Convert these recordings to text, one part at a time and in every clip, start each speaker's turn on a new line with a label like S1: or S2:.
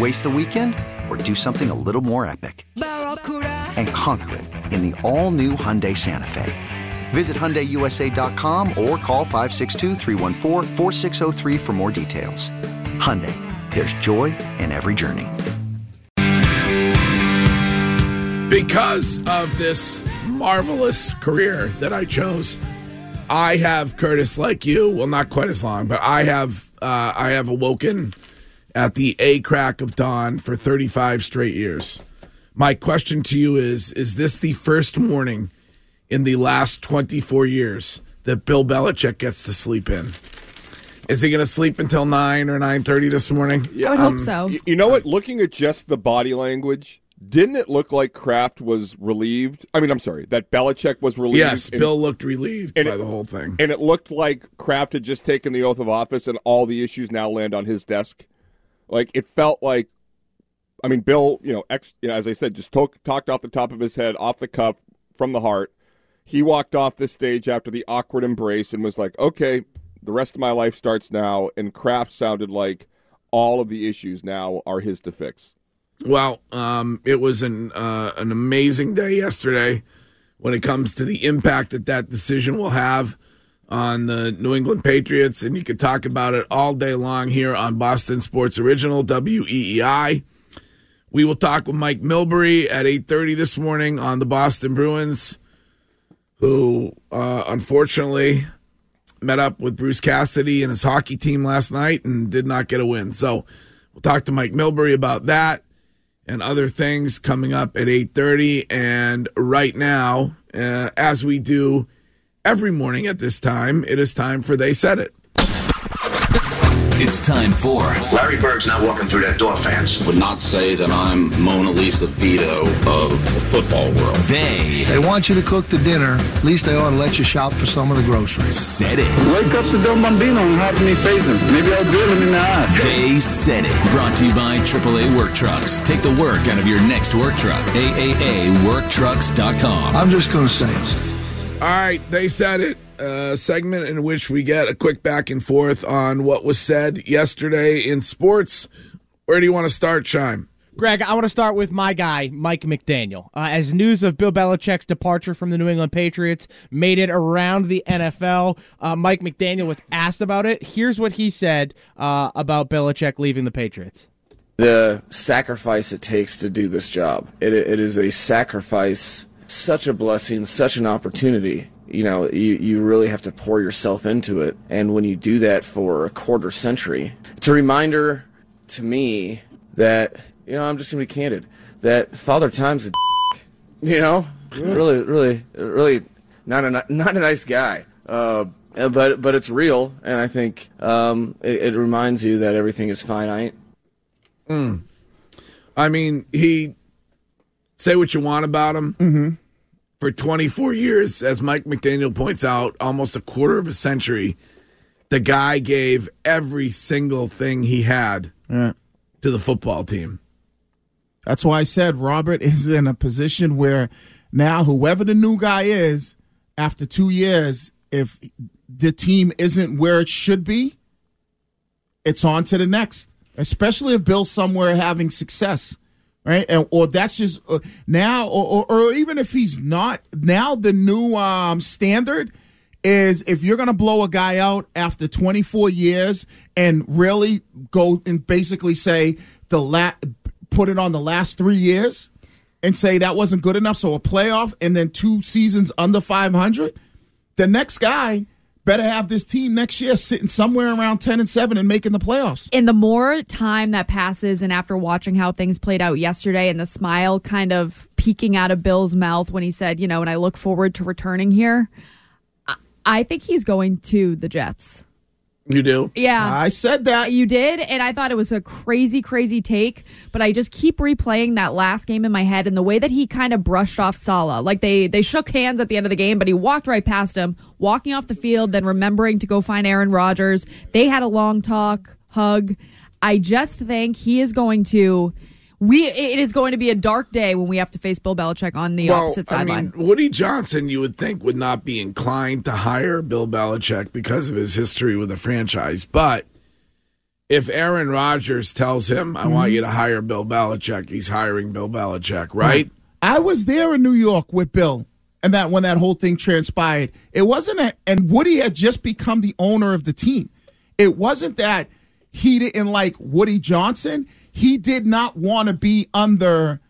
S1: Waste the weekend or do something a little more epic
S2: Barracuda.
S1: and conquer it in the all new Hyundai Santa Fe? Visit HyundaiUSA.com or call 562-314-4603 for more details. Hyundai, there's joy in every journey.
S3: Because of this marvelous career that I chose, I have Curtis like you. Well, not quite as long, but I have uh, I have awoken at the a crack of dawn for 35 straight years. My question to you is: Is this the first morning in the last 24 years that Bill Belichick gets to sleep in? Is he going to sleep until nine or 9:30 this morning? Um,
S4: I would hope so.
S5: um, Y- You know what? Looking at just the body language, didn't it look like Kraft was relieved? I mean, I'm sorry, that Belichick was relieved.
S3: Yes,
S5: and,
S3: Bill looked relieved
S5: and
S3: by
S5: it-
S3: the whole thing.
S5: And it looked like Kraft had just taken the oath of office, and all the issues now land on his desk. Like it felt like, I mean, Bill, you know, ex, you know, as I said, just talk, talked off the top of his head, off the cuff, from the heart. He walked off the stage after the awkward embrace and was like, "Okay, the rest of my life starts now." And Kraft sounded like all of the issues now are his to fix.
S3: Well, um, it was an uh, an amazing day yesterday when it comes to the impact that that decision will have on the New England Patriots, and you could talk about it all day long here on Boston Sports Original WEEI. We will talk with Mike Milbury at eight thirty this morning on the Boston Bruins, who uh, unfortunately met up with Bruce Cassidy and his hockey team last night and did not get a win. So we'll talk to Mike Milbury about that and other things coming up at 8:30 and right now uh, as we do every morning at this time it is time for they said it
S6: It's time for
S7: Larry Bird's not walking through that door, fans.
S8: would not say that I'm Mona Lisa Vito of the football world.
S6: They
S9: They want you to cook the dinner. At least they ought to let you shop for some of the groceries.
S6: Said It.
S9: Wake up the Del Bambino and have me facing. Maybe I'll grill him in the eye.
S6: They Said It. Brought to you by AAA Work Trucks. Take the work out of your next work truck. AAAWorkTrucks.com.
S9: I'm just going to say this.
S3: all right they said it a segment in which we get a quick back and forth on what was said yesterday in sports where do you want to start chime
S10: Greg, I want to start with my guy, Mike McDaniel. Uh, as news of Bill Belichick's departure from the New England Patriots made it around the NFL, uh, Mike McDaniel was asked about it. Here's what he said uh, about Belichick leaving the Patriots.
S8: The sacrifice it takes to do this job. It, it is a sacrifice, such a blessing, such an opportunity. You know, you, you really have to pour yourself into it. And when you do that for a quarter century, it's a reminder to me that, you know, I'm just going to be candid, that Father Time's a you know, really, really, really not a ni- not a nice guy. Uh, but but it's real, and I think um, it, it reminds you that everything is finite.
S3: Mm. i mean he say what you want about him for 24 years as mike mcdaniel points out almost a quarter of a century the guy gave every single thing he had to the football team.
S11: That's why I said Robert is in a position where now whoever the new guy is, after two years, if the team isn't where it should be, it's on to the next. Especially if Bill's somewhere having success, right? And, or that's just uh, now, or, or, or even if he's not now, the new um, standard is if you're going to blow a guy out after 24 years and really go and basically say the la- put it on the last three years, and say that wasn't good enough, so a playoff and then two seasons under 500, the next guy better have this team next year sitting somewhere around 10 and 7 and making the playoffs.
S2: And the more time that passes, and after watching how things played out yesterday and the smile kind of peeking out of Bill's mouth when he said, you know, and I look forward to returning here, I- I think he's going to the Jets.
S3: You do?
S2: Yeah.
S11: I said that.
S2: You did, and I thought it was a crazy, crazy take, but I just keep replaying that last game in my head and the way that he kind of brushed off Sala. Like they they shook hands at the end of the game, but he walked right past him, walking off the field, then remembering to go find Aaron Rodgers. They had a long talk, hug. I just think he is going to we it is going to be a dark day when we have to face Bill Belichick on the
S3: well,
S2: opposite
S3: I
S2: sideline.
S3: mean, Woody Johnson, you would think, would not be inclined to hire Bill Belichick because of his history with the franchise. But if Aaron Rodgers tells him, I want you to hire Bill Belichick, he's hiring Bill Belichick, right?
S11: I was there in New York with Bill, and that when that whole thing transpired, it wasn't. A, and Woody had just become the owner of the team. It wasn't that he didn't like Woody Johnson. He did not want to be under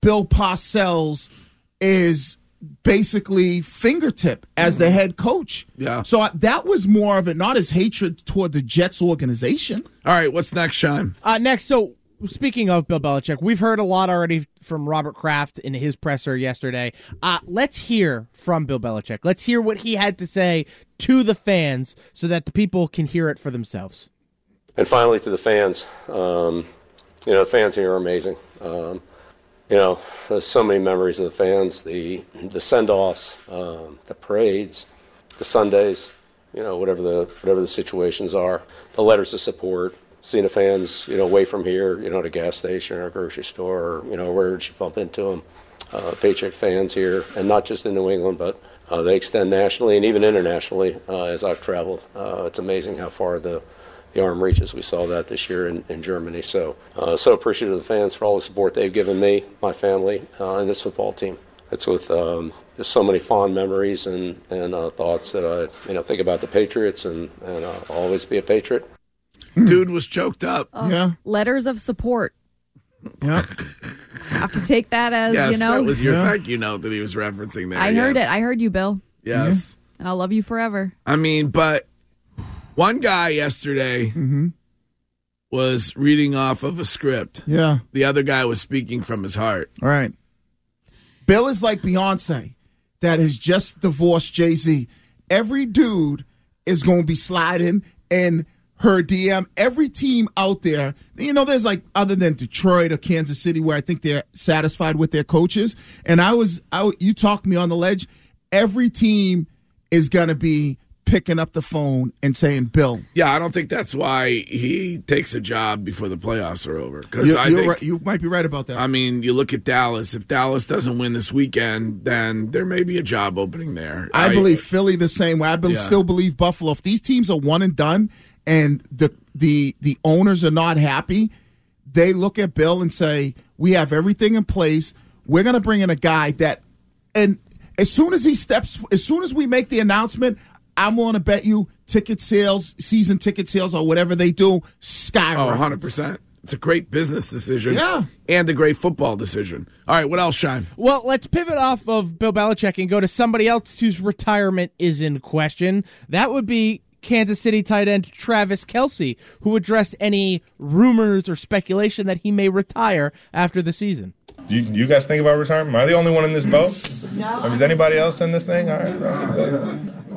S11: Bill Parcells is basically fingertip as
S3: Mm-hmm.
S11: the head coach. Yeah. So I, that was more of it, not his hatred toward the Jets organization.
S3: All right, what's next, Sean?
S10: Uh, next, so speaking of Bill Belichick, we've heard a lot already from Robert Kraft in his presser yesterday. Uh, let's hear from Bill Belichick. Let's hear what he had to say to the fans so that the people can hear it for themselves.
S4: And finally, to the fans, um, you know, the fans here are amazing. Um, you know, there's so many memories of the fans, the the send-offs, um, the parades, the Sundays, you know, whatever the whatever the situations are, the letters of support, seeing the fans, you know, away from here, you know, at a gas station or a grocery store, or, you know, wherever you bump into them. Uh, Patriot fans here, and not just in New England, but uh, they extend nationally and even internationally uh, as I've traveled. Uh, it's amazing how far the the arm reaches. We saw that this year in, in Germany. So, uh, so appreciative of the fans for all the support they've given me, my family, uh, and this football team. It's with um, just so many fond memories and, and uh, thoughts that I you know think about the Patriots and, and uh, I'll always be a Patriot.
S3: Dude was choked up.
S2: Oh,
S11: yeah.
S2: Letters of support.
S11: Yeah.
S2: Have to take that as
S3: yes,
S2: you know.
S3: that was your thank you note that he was referencing there.
S2: I heard
S3: yes.
S2: it. I heard you, Bill.
S3: Yes.
S2: And I'll love you forever.
S3: I mean, but one guy yesterday was reading off of a script.
S11: Yeah.
S3: The other guy was speaking from his heart.
S11: All right. Bill is like Beyonce that has just divorced Jay Z. Every dude is going to be sliding in her DM. Every team out there, you know, there's like other than Detroit or Kansas City where I think they're satisfied with their coaches. And I was, I, you talked me on the ledge. Every team is going to be picking up the phone and saying, Bill,
S3: Yeah, I don't think that's why he takes a job before the playoffs are over. Because
S11: you,
S3: I
S11: you're
S3: think,
S11: right- you might be right about that.
S3: I mean, you look at Dallas. If Dallas doesn't win this weekend, then there may be a job opening there.
S11: I believe Philly the same way. I be-
S3: Yeah.
S11: still believe Buffalo. If these teams are one and done, and the the the owners are not happy, they look at Bill and say, "We have everything in place. We're going to bring in a guy that." And as soon as he steps, as soon as we make the announcement, I'm willing to bet you ticket sales, season ticket sales, or whatever they do,
S3: Oh,
S11: skyrocket.
S3: 100%. It's a great business decision.
S11: Yeah.
S3: And a great football decision. All right, what else, Shine?
S10: Well, let's pivot off of Bill Belichick and go to somebody else whose retirement is in question. That would be Kansas City tight end Travis Kelsey, who addressed any rumors or speculation that he may retire after the season.
S12: You, you guys think about retirement? Am I the only one in this boat? I mean, is anybody else in this thing? All right, bro.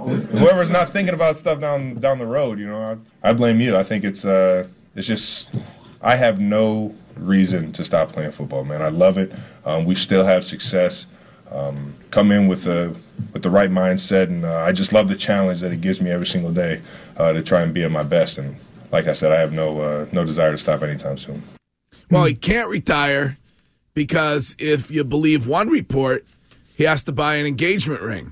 S12: Whoever's not thinking about stuff down down the road, you know, I, I blame you. I think it's uh, it's just I have no reason to stop playing football, man. I love it. Um, we still have success. Um, come in with a with the right mindset, and uh, I just love the challenge that it gives me every single day uh, to try and be at my best. And like I said, I have no uh, no desire to stop anytime soon.
S3: Well,
S11: Hmm.
S3: he can't retire because if you believe one report, he has to buy an engagement ring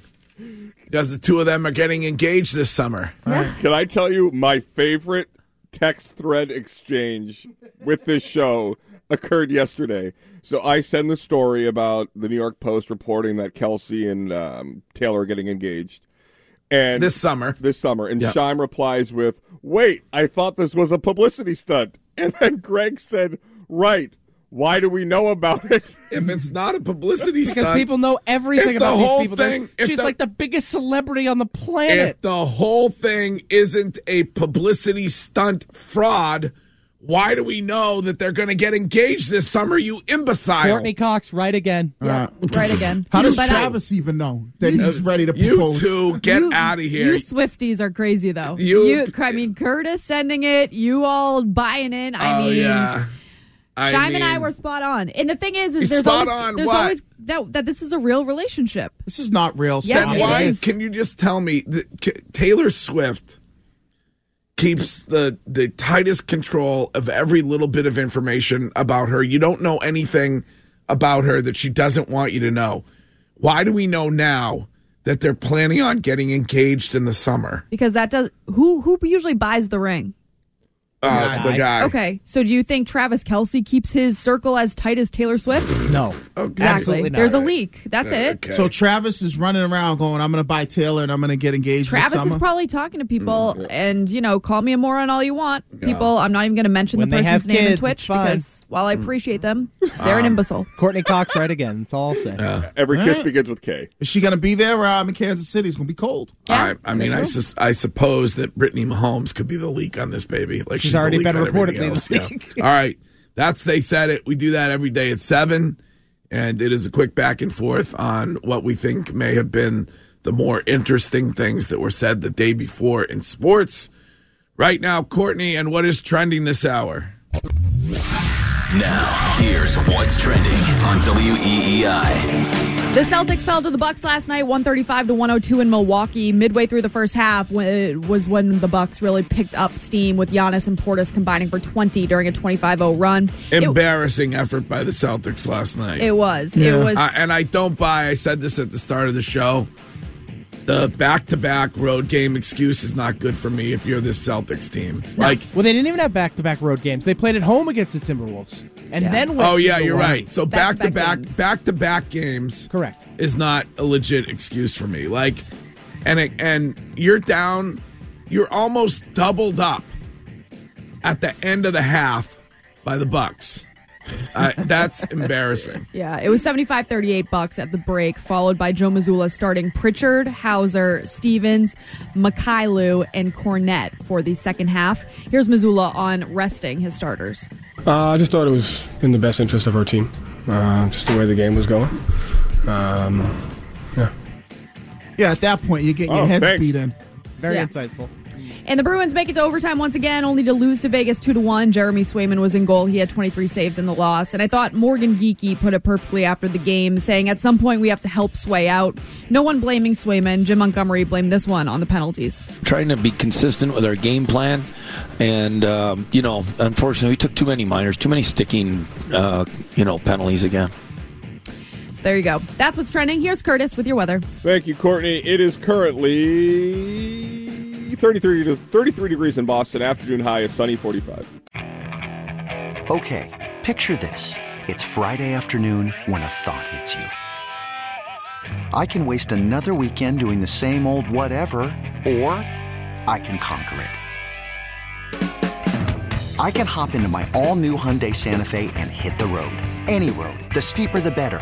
S3: because the two of them are getting engaged this summer.
S5: Can I tell you my favorite text thread exchange with this show occurred yesterday? So I send the story about the New York Post reporting that Kelsey and um, Taylor are getting engaged, and
S3: This summer.
S5: this summer, and
S3: Yeah.
S5: Shime replies with, "Wait, I thought this was a publicity stunt," and then Greg said, "Right." Why do we know about it?
S3: If it's not a publicity
S10: because people know everything
S3: If the
S10: about
S3: whole
S10: these people.
S3: thing-
S10: They're-
S3: if
S10: She's
S3: the-
S10: like the biggest celebrity on the planet.
S3: If the whole thing isn't a publicity stunt fraud, why do we know that they're going to get engaged this summer, you imbecile?
S10: Courtney Cox, right again.
S3: Yeah,
S2: right again.
S11: How does
S2: But I-
S11: Travis even know that he's ready to
S3: Uh, You
S11: propose?
S3: two, get out of
S2: You Swifties are crazy though.
S11: You-
S2: You, I mean, Curtis sending it. You all buying in. I
S3: Oh,
S2: mean,
S3: yeah. I
S2: Shime and I
S3: mean-
S2: were spot on. And the thing is, is
S3: He's
S2: there's
S3: spot
S2: always
S3: on
S2: there's
S3: what?
S2: always that that this is a real relationship.
S11: This is not real.
S2: Yes,
S3: Then
S2: it
S3: why
S2: is.
S3: can you just tell me that K- Taylor Swift keeps the the tightest control of every little bit of information about her? You don't know anything about her that she doesn't want you to know. Why do we know now that they're planning on getting engaged in the summer?
S2: Because that does who who usually buys the ring.
S3: Uh, the guy.
S2: Okay, so do you think Travis Kelsey keeps his circle as tight as Taylor Swift?
S11: No.
S2: exactly. There's a leak. That's it.
S11: So Travis is running around going, I'm going to buy Taylor and I'm going to get engaged this
S2: Travis
S11: summer.
S2: is probably talking to people, and you know, call me a moron all you want. People, I'm not even going to mention
S10: When
S2: the
S10: they have
S2: person's name
S10: kids,
S2: in Twitch
S10: it's fine.
S2: because while I appreciate them, they're an imbecile.
S10: Courtney Cox, right again. That's all I'll say.
S5: Every kiss
S11: Alright.
S5: begins with K.
S11: is she going to be there? Or I'm in Kansas City. It's going to be cold.
S3: I, I mean, I, sus- I suppose that Brittany Mahomes could be the leak on this baby. Like she's,
S11: She's already
S3: the leak
S11: been
S3: on
S11: reportedly
S3: everything
S11: the
S3: else. Yeah. All right, that's they said it. We do that every day at seven, and it is a quick back and forth on what we think may have been the more interesting things that were said the day before in sports. Right now, Courtney, and what is trending this hour?
S6: Now, here's what's trending on E WEEI.
S2: The Celtics fell to the Bucks last night, 135 to 102 in Milwaukee. Midway through the first half when- it was when the Bucks really picked up steam with Giannis and Portis combining for 20 during a 25-0 run. It-
S3: Embarrassing effort by the Celtics last night.
S2: It was. It Yeah. was-
S3: I- and I don't buy. I said this at the start of the show. The back-to-back road game excuse is not good for me if you're this Celtics team. Like,
S10: well, they didn't even have back-to-back road games. They played at home against the Timberwolves, and then went
S3: oh
S10: to
S3: yeah,
S10: the
S3: you're
S10: Warriors.
S3: right. So back-to-back, back-to-back games.
S10: Correct.
S3: Is not a legit excuse for me. Like, and it, and you're down. You're almost doubled up at the end of the half by the Bucks. Uh, that's embarrassing.
S2: yeah, it was 75-38 Bucks at the break, followed by Joe Missoula starting Pritchard, Hauser, Stevens, Mikhailu, and Cornette for the second half. Here's Missoula on resting his starters.
S13: Uh, I just thought it was in the best interest of our team, uh, just the way the game was going. Um, yeah.
S11: Yeah, at that point, you're getting
S13: Oh,
S11: your heads
S13: thanks.
S11: beat in.
S10: Very
S2: Yeah.
S10: insightful.
S2: And the Bruins make it to overtime once again, only to lose to Vegas two to one. Jeremy Swayman was in goal; he had 23 saves in the loss. And I thought Morgan Geeky put it perfectly after the game, saying, "At some point, we have to help Sway out." No one blaming Swayman. Jim Montgomery blamed this one on the penalties.
S14: trying to be consistent with our game plan. And, um, you know, unfortunately, we took too many minors, too many sticking, uh, you know, penalties again.
S2: So there you go. That's what's trending. Here's Curtis with your weather.
S5: Thank you, Courtney. It is currently 33, to 33 degrees in Boston. Afternoon high is sunny 45.
S1: Okay, picture this. It's Friday afternoon when a thought hits you. I can waste another weekend doing the same old whatever, or I can conquer it. I can hop into my all new Hyundai Santa Fe and hit the road. Any road. The steeper, the better.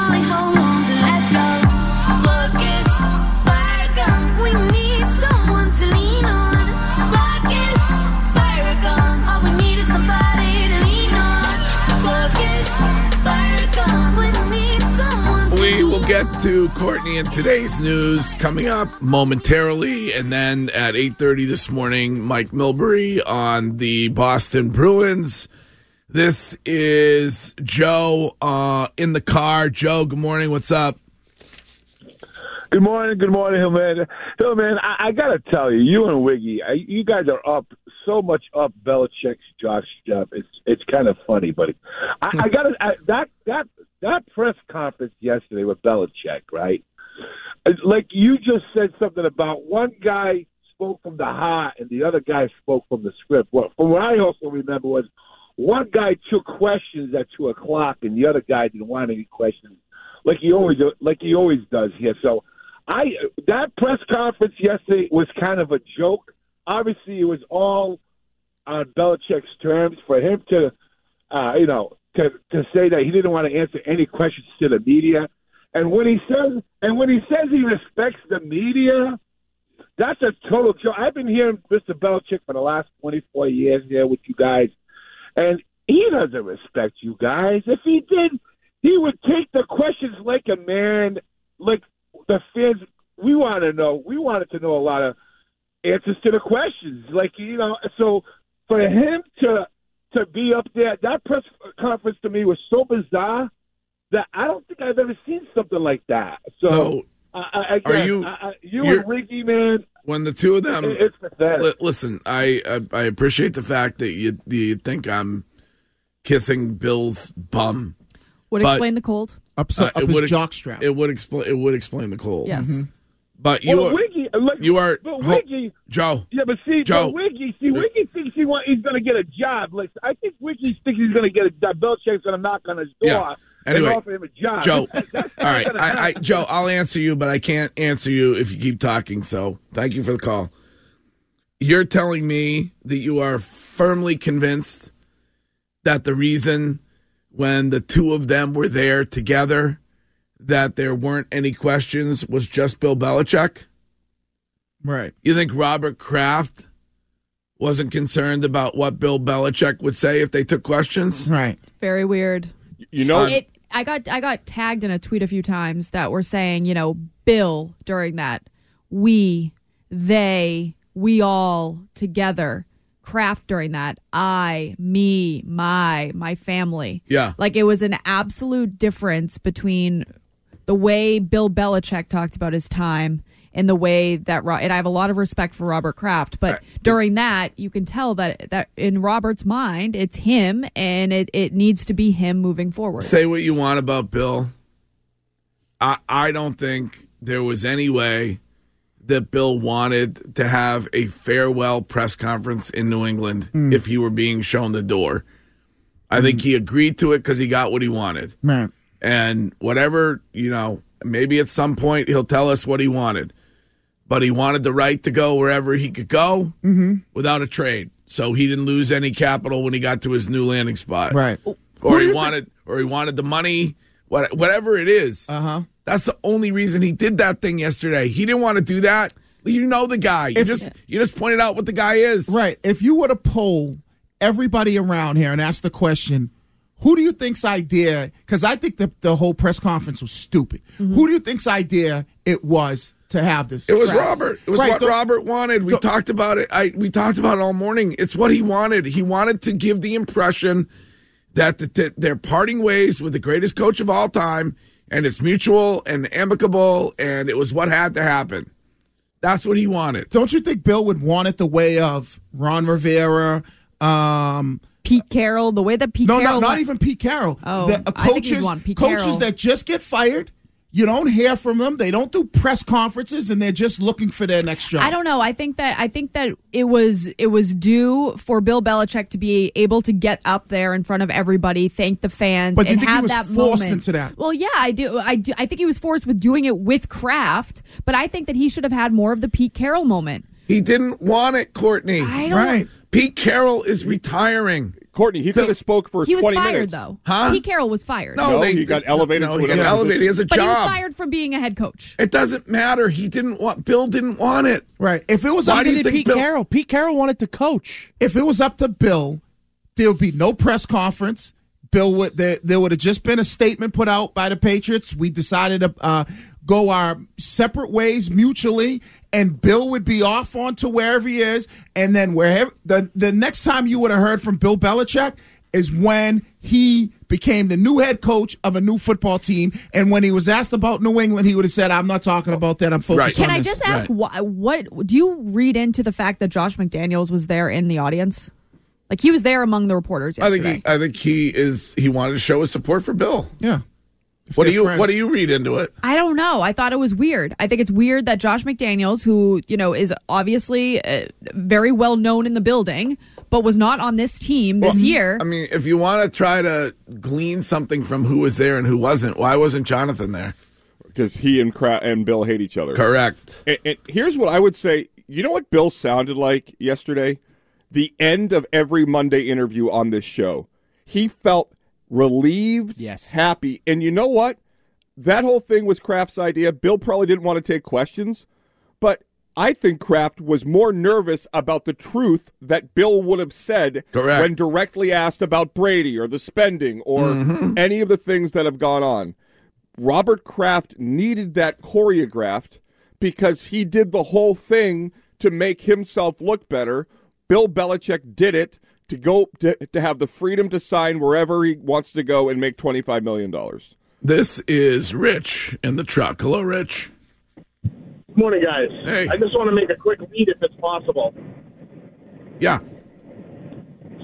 S3: We will get to Courtney and today's news coming up momentarily, and then at eight thirty this morning, Mike Milbury on the Boston Bruins. This is Joe uh, in the car. Joe, good morning. What's up?
S15: Good morning, good morning, Hillman. Hillman, I, I gotta tell you, you and Wiggy, I, you guys are up so much up Belichick's Josh job. It's it's kind of funny, buddy. I, I gotta I, that that that press conference yesterday with Belichick, right? It's Like you just said something about one guy spoke from the heart and the other guy spoke from the script. What from what I also remember was one guy took questions at two o'clock and the other guy didn't want any questions. Like he always like he always does here. So I that press conference yesterday was kind of a joke. Obviously, it was all on Belichick's terms for him to, uh, you know, to to say that he didn't want to answer any questions to the media. And when he says and when he says he respects the media, that's a total joke. I've been hearing Mr. Belichick for the last twenty four years here with you guys, and he doesn't respect you guys. If he did, he would take the questions like a man, like the fans we want to know we wanted to know a lot of answers to the questions like you know so for him to to be up there that press conference to me was so bizarre that i don't think i've ever seen something like that so,
S3: So,
S15: I, I, I
S3: are
S15: guess
S3: you-
S15: I, I, you
S3: you're-
S15: and ricky man
S3: when the two of them
S15: it- it's pathetic
S3: Li- listen I, I i appreciate the fact that you you think i'm kissing bill's bum
S2: Would
S3: but-
S2: explain the cold.
S3: uh, it would ex-
S11: jockstrap.
S3: it would explain it would explain the cold
S2: Yes. Mhm.
S3: but you
S15: Well,
S3: are
S15: Wiggy, uh, look,
S3: you are
S15: but
S3: ho-
S15: Wiggy-
S3: joe
S15: Yeah, but see,
S3: Joe.
S15: but Wiggy, see, Wiggy thinks he want, he's going to get a job. Like I think Wiggy thinks he's going to get a job. Belichick's going to knock on his door
S3: Yeah. Anyway,
S15: and offer him a job.
S3: Joe.
S15: That's- that's
S3: all right,
S15: not gonna
S3: I, I,
S15: happen.
S3: Joe, I'll answer you, but I can't answer you if you keep talking. So, thank you for the call. You're telling me that you are firmly convinced that the reason when the two of them were there together that there weren't any questions was just Bill Belichick.
S11: Right.
S3: You think Robert Kraft wasn't concerned about what Bill Belichick would say if they took questions? Uh,
S11: Right.
S2: Very weird.
S3: You
S2: it, I got I got tagged in a tweet a few times that were saying, you know, Bill during that, we, they, we all together, Kraft during that, I, me, my, my family.
S16: Yeah.
S2: Like it was an absolute difference between the way Bill Belichick talked about his time and the way that Ro- and I have a lot of respect for Robert Kraft, but during that you can tell that that in Robert's mind it's him and it, it needs to be him moving forward.
S3: Say what you want about Bill. I I don't think there was any way that Bill wanted to have a farewell press conference in New England
S11: Hmm.
S3: if he were being shown the door. I think he agreed to it because he got what he wanted.
S11: Man.
S3: And whatever, you know, maybe at some point he'll tell us what he wanted. But he wanted the right to go wherever he could go
S11: Mm-hmm.
S3: without a trade. So he didn't lose any capital when he got to his new landing spot
S11: Right.
S3: or he wanted or he wanted the money what, whatever it is uh-huh that's the only reason he did that thing yesterday he didn't want to do that you know the guy you just you just pointed out what the guy is
S11: Right. If you were to poll everybody around here and ask the question, who do you think's idea? Because I think the, the whole press conference was stupid. Who do you think's idea it was to have this?
S3: it was
S11: press?
S3: Robert. It was
S11: Right,
S3: what
S11: the-
S3: Robert wanted. We talked about it. I we talked about it all morning. It's what he wanted. He wanted to give the impression that the, that they're parting ways with the greatest coach of all time, and it's mutual and amicable, and it was what had to happen. That's what he wanted.
S11: Don't you think Bill would want it the way of Ron Rivera, um,
S2: Pete Carroll, the way that Pete
S11: no,
S2: Carroll.
S11: not, not
S2: went-
S11: even Pete Carroll.
S2: Oh,
S11: the, uh,
S2: I think
S11: coaches,
S2: you'd want Pete Carroll.
S11: coaches that just get fired. You don't hear from them. They don't do press conferences, and they're just looking for their next job.
S2: I don't know. I think that I think that it was it was due for Bill Belichick to be able to get up there in front of everybody, thank the fans,
S11: But do you
S2: and
S11: think he
S2: have
S11: was
S2: that moment.
S11: forced into that?
S2: Well, yeah, I do. I do. I think he was forced with doing it with Kraft, but I think that he should have had more of the Pete Carroll moment.
S3: He didn't want it, Courtney.
S2: don't- Right.
S3: Pete Carroll is retiring.
S5: Courtney, he could have spoke for
S2: He was fired though.
S3: Huh?
S2: Pete Carroll was fired.
S3: No, they- No, he got elevated. He has a
S2: but he was
S3: job.
S2: fired from being a head coach.
S3: It doesn't matter. He didn't want. Bill didn't want it.
S11: Right. If it was
S3: why
S11: up
S3: do you
S11: to
S3: think Bill?
S11: Carroll,
S10: Pete Carroll wanted to coach.
S11: If it was up to Bill, there would be no press conference. Bill would there, there would have just been a statement put out by the Patriots. We decided to uh, go our separate ways mutually, and Bill would be off on to wherever he is. And then wherever the the next time you would have heard from Bill Belichick is when he became the new head coach of a new football team. And when he was asked about New England, he would have said, "I'm not talking about that. I'm focused
S2: Can I
S11: on this."
S2: just ask why, what do you read into the fact that Josh McDaniels was there in the audience? Like he was there among the reporters
S3: I
S2: yesterday.
S3: think he, I think he is. He wanted to show his support for Bill.
S11: Yeah.
S3: What do
S11: they're
S3: you
S11: friends.
S3: What do you read into it?
S2: I don't know. I thought it was weird. I think it's weird that Josh McDaniels, who you know is obviously uh, very well known in the building, but was not on this team this
S3: Well,
S2: year.
S3: I mean, if you want to try to glean something from who was there and who wasn't, why wasn't Jonathan there?
S5: Because he and Cra- and Bill hate each other.
S3: Correct.
S5: And, and here's what I would say. You know what Bill sounded like yesterday? The end of every Monday interview on this show. He felt relieved, yes, happy, and you know what? That whole thing was Kraft's idea. Bill probably didn't want to take questions, but I think Kraft was more nervous about the truth that Bill would have said
S3: Correct.
S5: when directly asked about Brady or the spending or
S3: Mm-hmm.
S5: any of the things that have gone on. Robert Kraft needed that choreographed because he did the whole thing to make himself look better. Bill Belichick did it to go to, to have the freedom to sign wherever he wants to go and make twenty five million dollars.
S3: This is Rich in the truck. Hello, Rich.
S16: Morning, guys.
S3: Hey.
S16: I just want to make a quick read if it's possible.
S3: Yeah.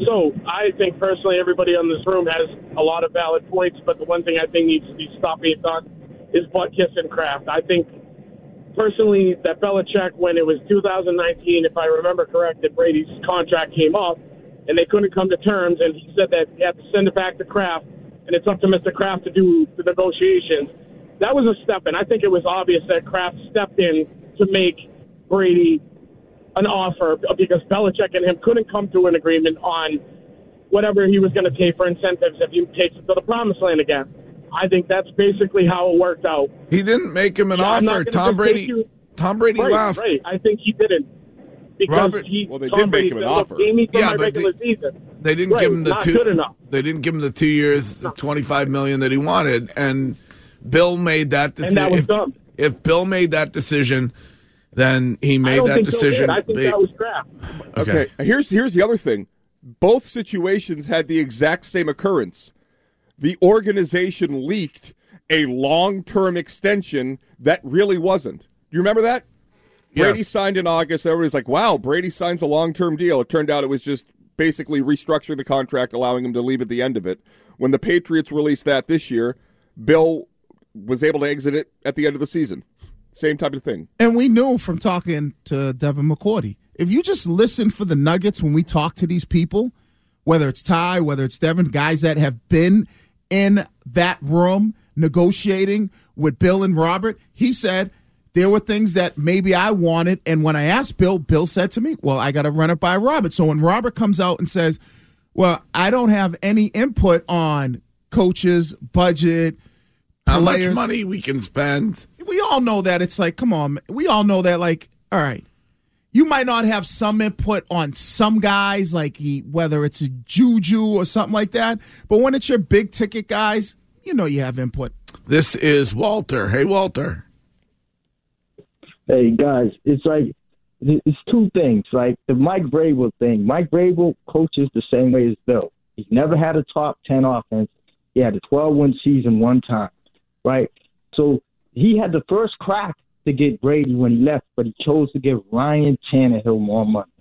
S16: So, I think personally, everybody in this room has a lot of valid points, but the one thing I think needs to be stopped being done is butt kissing craft. I think personally that Belichick, when it was 2019, if I remember correct, that Brady's contract came up and they couldn't come to terms, and he said that he had to send it back to Kraft, and it's up to Mr. Kraft to do the negotiations. That was a step, and I think it was obvious that Kraft stepped in to make Brady an offer because Belichick and him couldn't come to an agreement on whatever he was going to pay for incentives if he takes it to the promised land again. I think that's basically how it worked out.
S3: He didn't make him an
S16: Yeah, I'm not
S3: offer.
S16: gonna
S3: Tom
S16: just
S3: Brady.
S16: take you-
S3: Tom Brady
S16: right,
S3: left.
S16: Right, I think he didn't because
S3: Robert-
S16: he.
S3: Well, they
S16: Tom
S3: did make
S16: Brady
S3: him an
S16: said, "Look,
S3: offer.
S16: Pay me for
S3: Yeah,
S16: my
S3: but
S16: regular season.
S3: They didn't
S16: Right,
S3: give him the
S16: not
S3: two.
S16: good enough.
S3: They didn't give him the two years, the twenty-five million that he wanted, and Bill made that
S16: And
S3: decision.
S16: that was
S3: if,
S16: dumb.
S3: if Bill made that decision, then he
S16: I
S3: made
S16: don't
S3: that
S16: think Bill did.
S3: decision.
S16: I think
S3: ba-
S16: that was crap.
S3: Okay.
S5: Okay. Here's here's the other thing. Both situations had the exact same occurrence. The organization leaked a long-term extension that really wasn't. You remember that? Brady
S17: Yes.
S5: signed in August. Everybody's like, "Wow, Brady signs a long-term deal." It turned out it was just basically restructuring the contract, allowing him to leave at the end of it. When the Patriots released that this year, Bill was able to exit it at the end of the season. Same type of thing.
S11: And we knew from talking to Devin McCourty. If you just listen for the nuggets when we talk to these people, whether it's Ty, whether it's Devin, guys that have been in that room negotiating with Bill and Robert, he said there were things that maybe I wanted. And when I asked Bill, Bill said to me, Well, I got to run it by Robert. So when Robert comes out and says, Well, I don't have any input on coaches, budget,
S3: how much
S11: players."
S3: money we can spend?
S11: we all know that it's like come on man. we all know that like all right you might not have some input on some guys like he, whether it's a juju or something like that but when it's your big ticket guys you know you have input
S3: This is Walter. Hey, Walter.
S18: Hey guys, it's like it's two things. Like the Mike Vrabel thing. Mike Vrabel coaches the same way as Bill. He's never had a top ten offense. He had a twelve win season one time, right? So he had the first crack to get Brady when he left, but he chose to give Ryan Tannehill more money.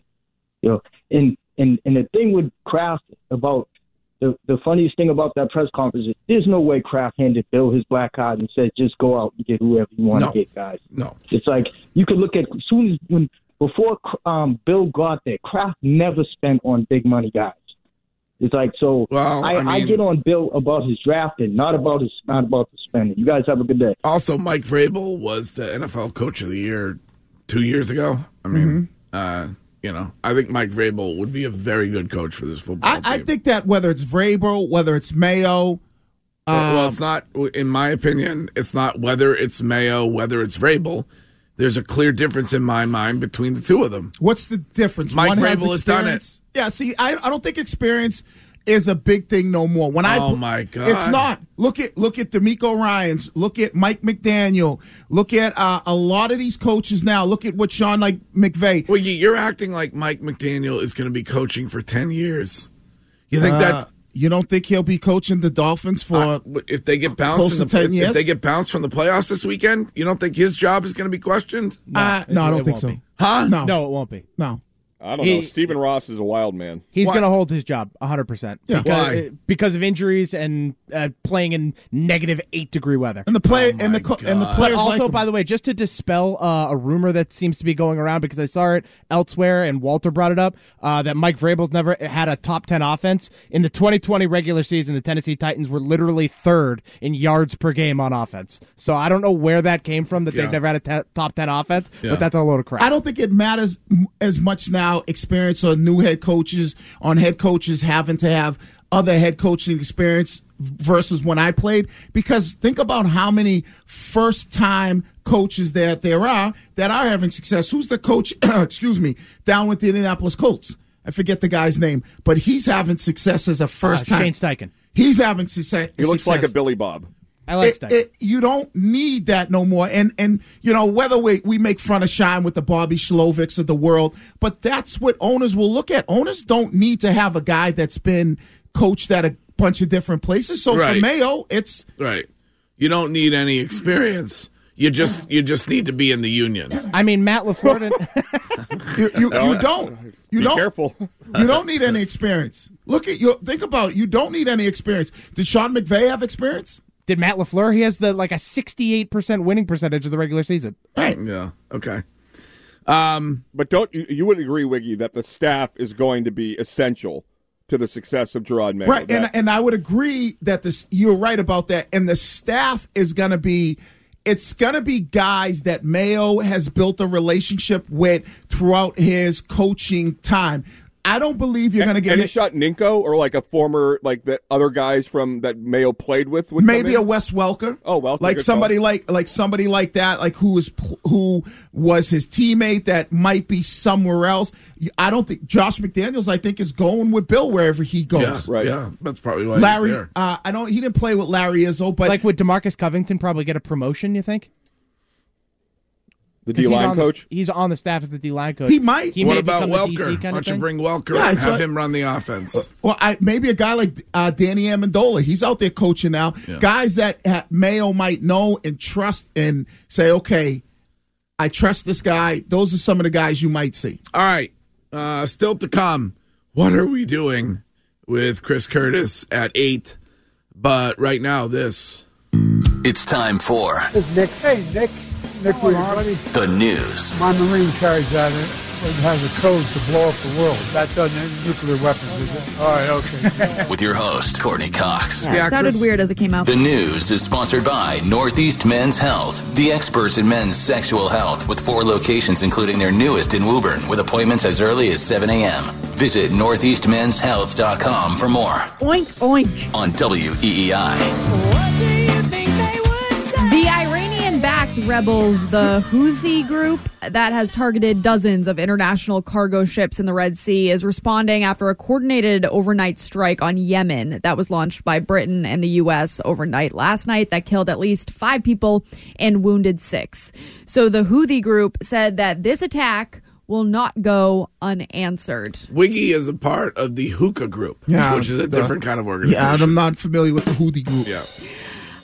S18: You know, and And and the thing with Kraft about the the funniest thing about that press conference is there's no way Kraft handed Bill his black card and said just go out and get whoever you want
S3: No.
S18: to get, guys.
S3: No.
S18: It's like you could look at as soon as when before um, Bill got there, Kraft never spent on big money guys. It's like so. I,
S3: I
S18: I,
S3: mean-
S18: get on Bill about his drafting, not about his not about the spending. You guys have a good day.
S3: Also, Mike Vrabel was the NFL Coach of the Year two years ago. I
S11: Mm-hmm.
S3: mean, uh, you know, I think Mike Vrabel would be a very good coach for this football
S11: I, I think that whether it's Vrabel, whether it's Mayo,
S3: Well,
S11: um,
S3: well, it's not, in my opinion, it's not whether it's Mayo, whether it's Vrabel. There's a clear difference in my mind between the two of them.
S11: What's the difference?
S3: Mike
S11: One has
S3: Vrabel has done it.
S11: experience. Yeah, see, I, I don't think experience is a big thing no more. When I
S3: Oh,
S11: put-
S3: my God.
S11: it's not. Look at look at D'Amico Ryan's. Look at Mike McDaniel. Look at uh, a lot of these coaches now. Look at what Sean like McVay.
S3: Well, you- you're acting like Mike McDaniel is going to be coaching for 10 years. You think that
S11: Uh, you don't think he'll be coaching the Dolphins for?
S3: if they get
S11: Close
S3: bounced in
S11: to
S3: the,
S11: 10
S3: if-
S11: years?
S3: if they get bounced from the playoffs this weekend, you don't think his job is going to be questioned?
S11: uh, no, I don't think so.
S3: Huh?
S11: No,
S10: No, it won't be.
S11: No.
S5: I don't
S10: He-
S5: know. Stephen Ross is a wild man.
S10: He's going to hold his job 100%.
S5: Yeah.
S10: Because, uh,
S5: Why?
S10: because of injuries and uh, playing in negative 8 degree weather.
S11: And the play and the co- and the
S10: But
S11: players like
S10: also,
S11: him.
S10: by the way, just to dispel uh, a rumor that seems to be going around because I saw it elsewhere and Walter brought it up uh, that Mike Vrabel's never had a top 10 offense. In the 2020 regular season, the Tennessee Titans were literally third in yards per game on offense. So I don't know where that came from that
S11: Yeah.
S10: they've never had a te- top 10 offense,
S11: Yeah.
S10: but that's a load of crap.
S11: I don't think it matters m- as much now. Experience on new head coaches, on head coaches having to have other head coaching experience v- versus when I played. Because think about how many first time coaches that there are that are having success. Who's the coach? excuse me, down with the Indianapolis Colts. I forget the guy's name, but he's having success as a first
S10: Uh, Shane
S11: time.
S10: Steichen.
S11: He's having success.
S5: He looks like a
S11: success.
S5: Billy Bob.
S10: I like
S11: it, it- You don't need that no more. And and you know whether we we make fun of Shine with the Bobby Schlovics of the world, but that's what owners will look at. Owners don't need to have a guy that's been coached at a bunch of different places. So for
S3: Right.
S11: Mayo, it's
S3: Right. You don't need any experience. You just you just need to be in the union.
S10: I mean, Matt LaFleur didn't.
S11: you, you, you don't. You
S3: Oh, Be
S11: don't.
S3: careful.
S11: you don't need any experience. Look at you. Think about it. You don't need any experience. Did Sean McVay have experience?
S10: Did Matt LaFleur? He has the like a 68% winning percentage of the regular season.
S11: Right.
S3: Yeah. Okay. Um,
S5: but don't you, you would agree, Wiggy, that the staff is going to be essential to the success of Gerard Mayo?
S11: Right, and
S5: That-
S11: and I would agree that this you're right about that. And the staff is going to be it's going to be guys that Mayo has built a relationship with throughout his coaching time. I don't believe you're going to get
S5: any shot Ninko or like a former like the other guys from that Mayo played with? Would come
S11: maybe
S5: in?
S11: a Wes Welker.
S5: Oh, Welker,
S11: like
S5: good
S11: somebody
S5: call.
S11: like like somebody like that, like who is pl- who was his teammate that might be somewhere else. I don't think Josh McDaniels. I think is going with Bill wherever he goes.
S3: Yeah, right. Yeah, that's probably why
S11: Larry,
S3: he's there.
S11: uh, I don't. He didn't play with Larry Izzo, but
S10: like, would Demarcus Covington probably get a promotion? You think?
S5: The
S10: 'Cause he's
S5: D-line
S10: on the-
S5: coach?
S10: he's on the staff as the D line coach.
S11: He might.
S10: He
S3: what
S10: may
S3: about
S10: become the DC
S3: Welker?
S10: kind
S3: Why
S10: of
S3: don't you
S10: thing.
S3: bring Welker
S11: Yeah,
S3: and
S11: it's
S3: have
S11: what-
S3: him run the offense?
S11: Well, I, maybe a guy like uh, Danny Amendola. He's out there coaching now.
S3: Yeah.
S11: Guys that ha- Mayo might know and trust and say, okay, I trust this guy. Those are some of the guys you might see.
S3: All right. Uh, still to come. What are we doing with Chris Curtis at eight? But right now, this.
S6: It's time for
S17: This is Nick. Hey, Nick. Nick Williamson.
S6: the news.
S17: My Marine carries out it. It has a code to blow up the world. That doesn't have nuclear weapons, is it? All right, okay.
S6: with your host, Courtney Cox.
S2: Yeah, it sounded weird as it came out.
S6: The news is sponsored by Northeast Men's Health, the experts in men's sexual health, with four locations, including their newest in Woburn, with appointments as early as 7 a.m. Visit northeastmenshealth.com for more
S2: Oink oink.
S6: on E WEEI.
S2: The Iranian-backed rebels, the Houthi group that has targeted dozens of international cargo ships in the Red Sea, is responding after a coordinated overnight strike on Yemen that was launched by Britain and the U.S. overnight last night that killed at least five people and wounded six. So the Houthi group said that this attack will not go unanswered.
S3: Wiggy is a part of the Hookah Group,
S11: Yeah,
S3: which is a
S11: Uh, the-
S3: different kind of
S11: Yeah,
S3: organization.
S11: I'm not familiar with the Houthi group.
S3: Yeah.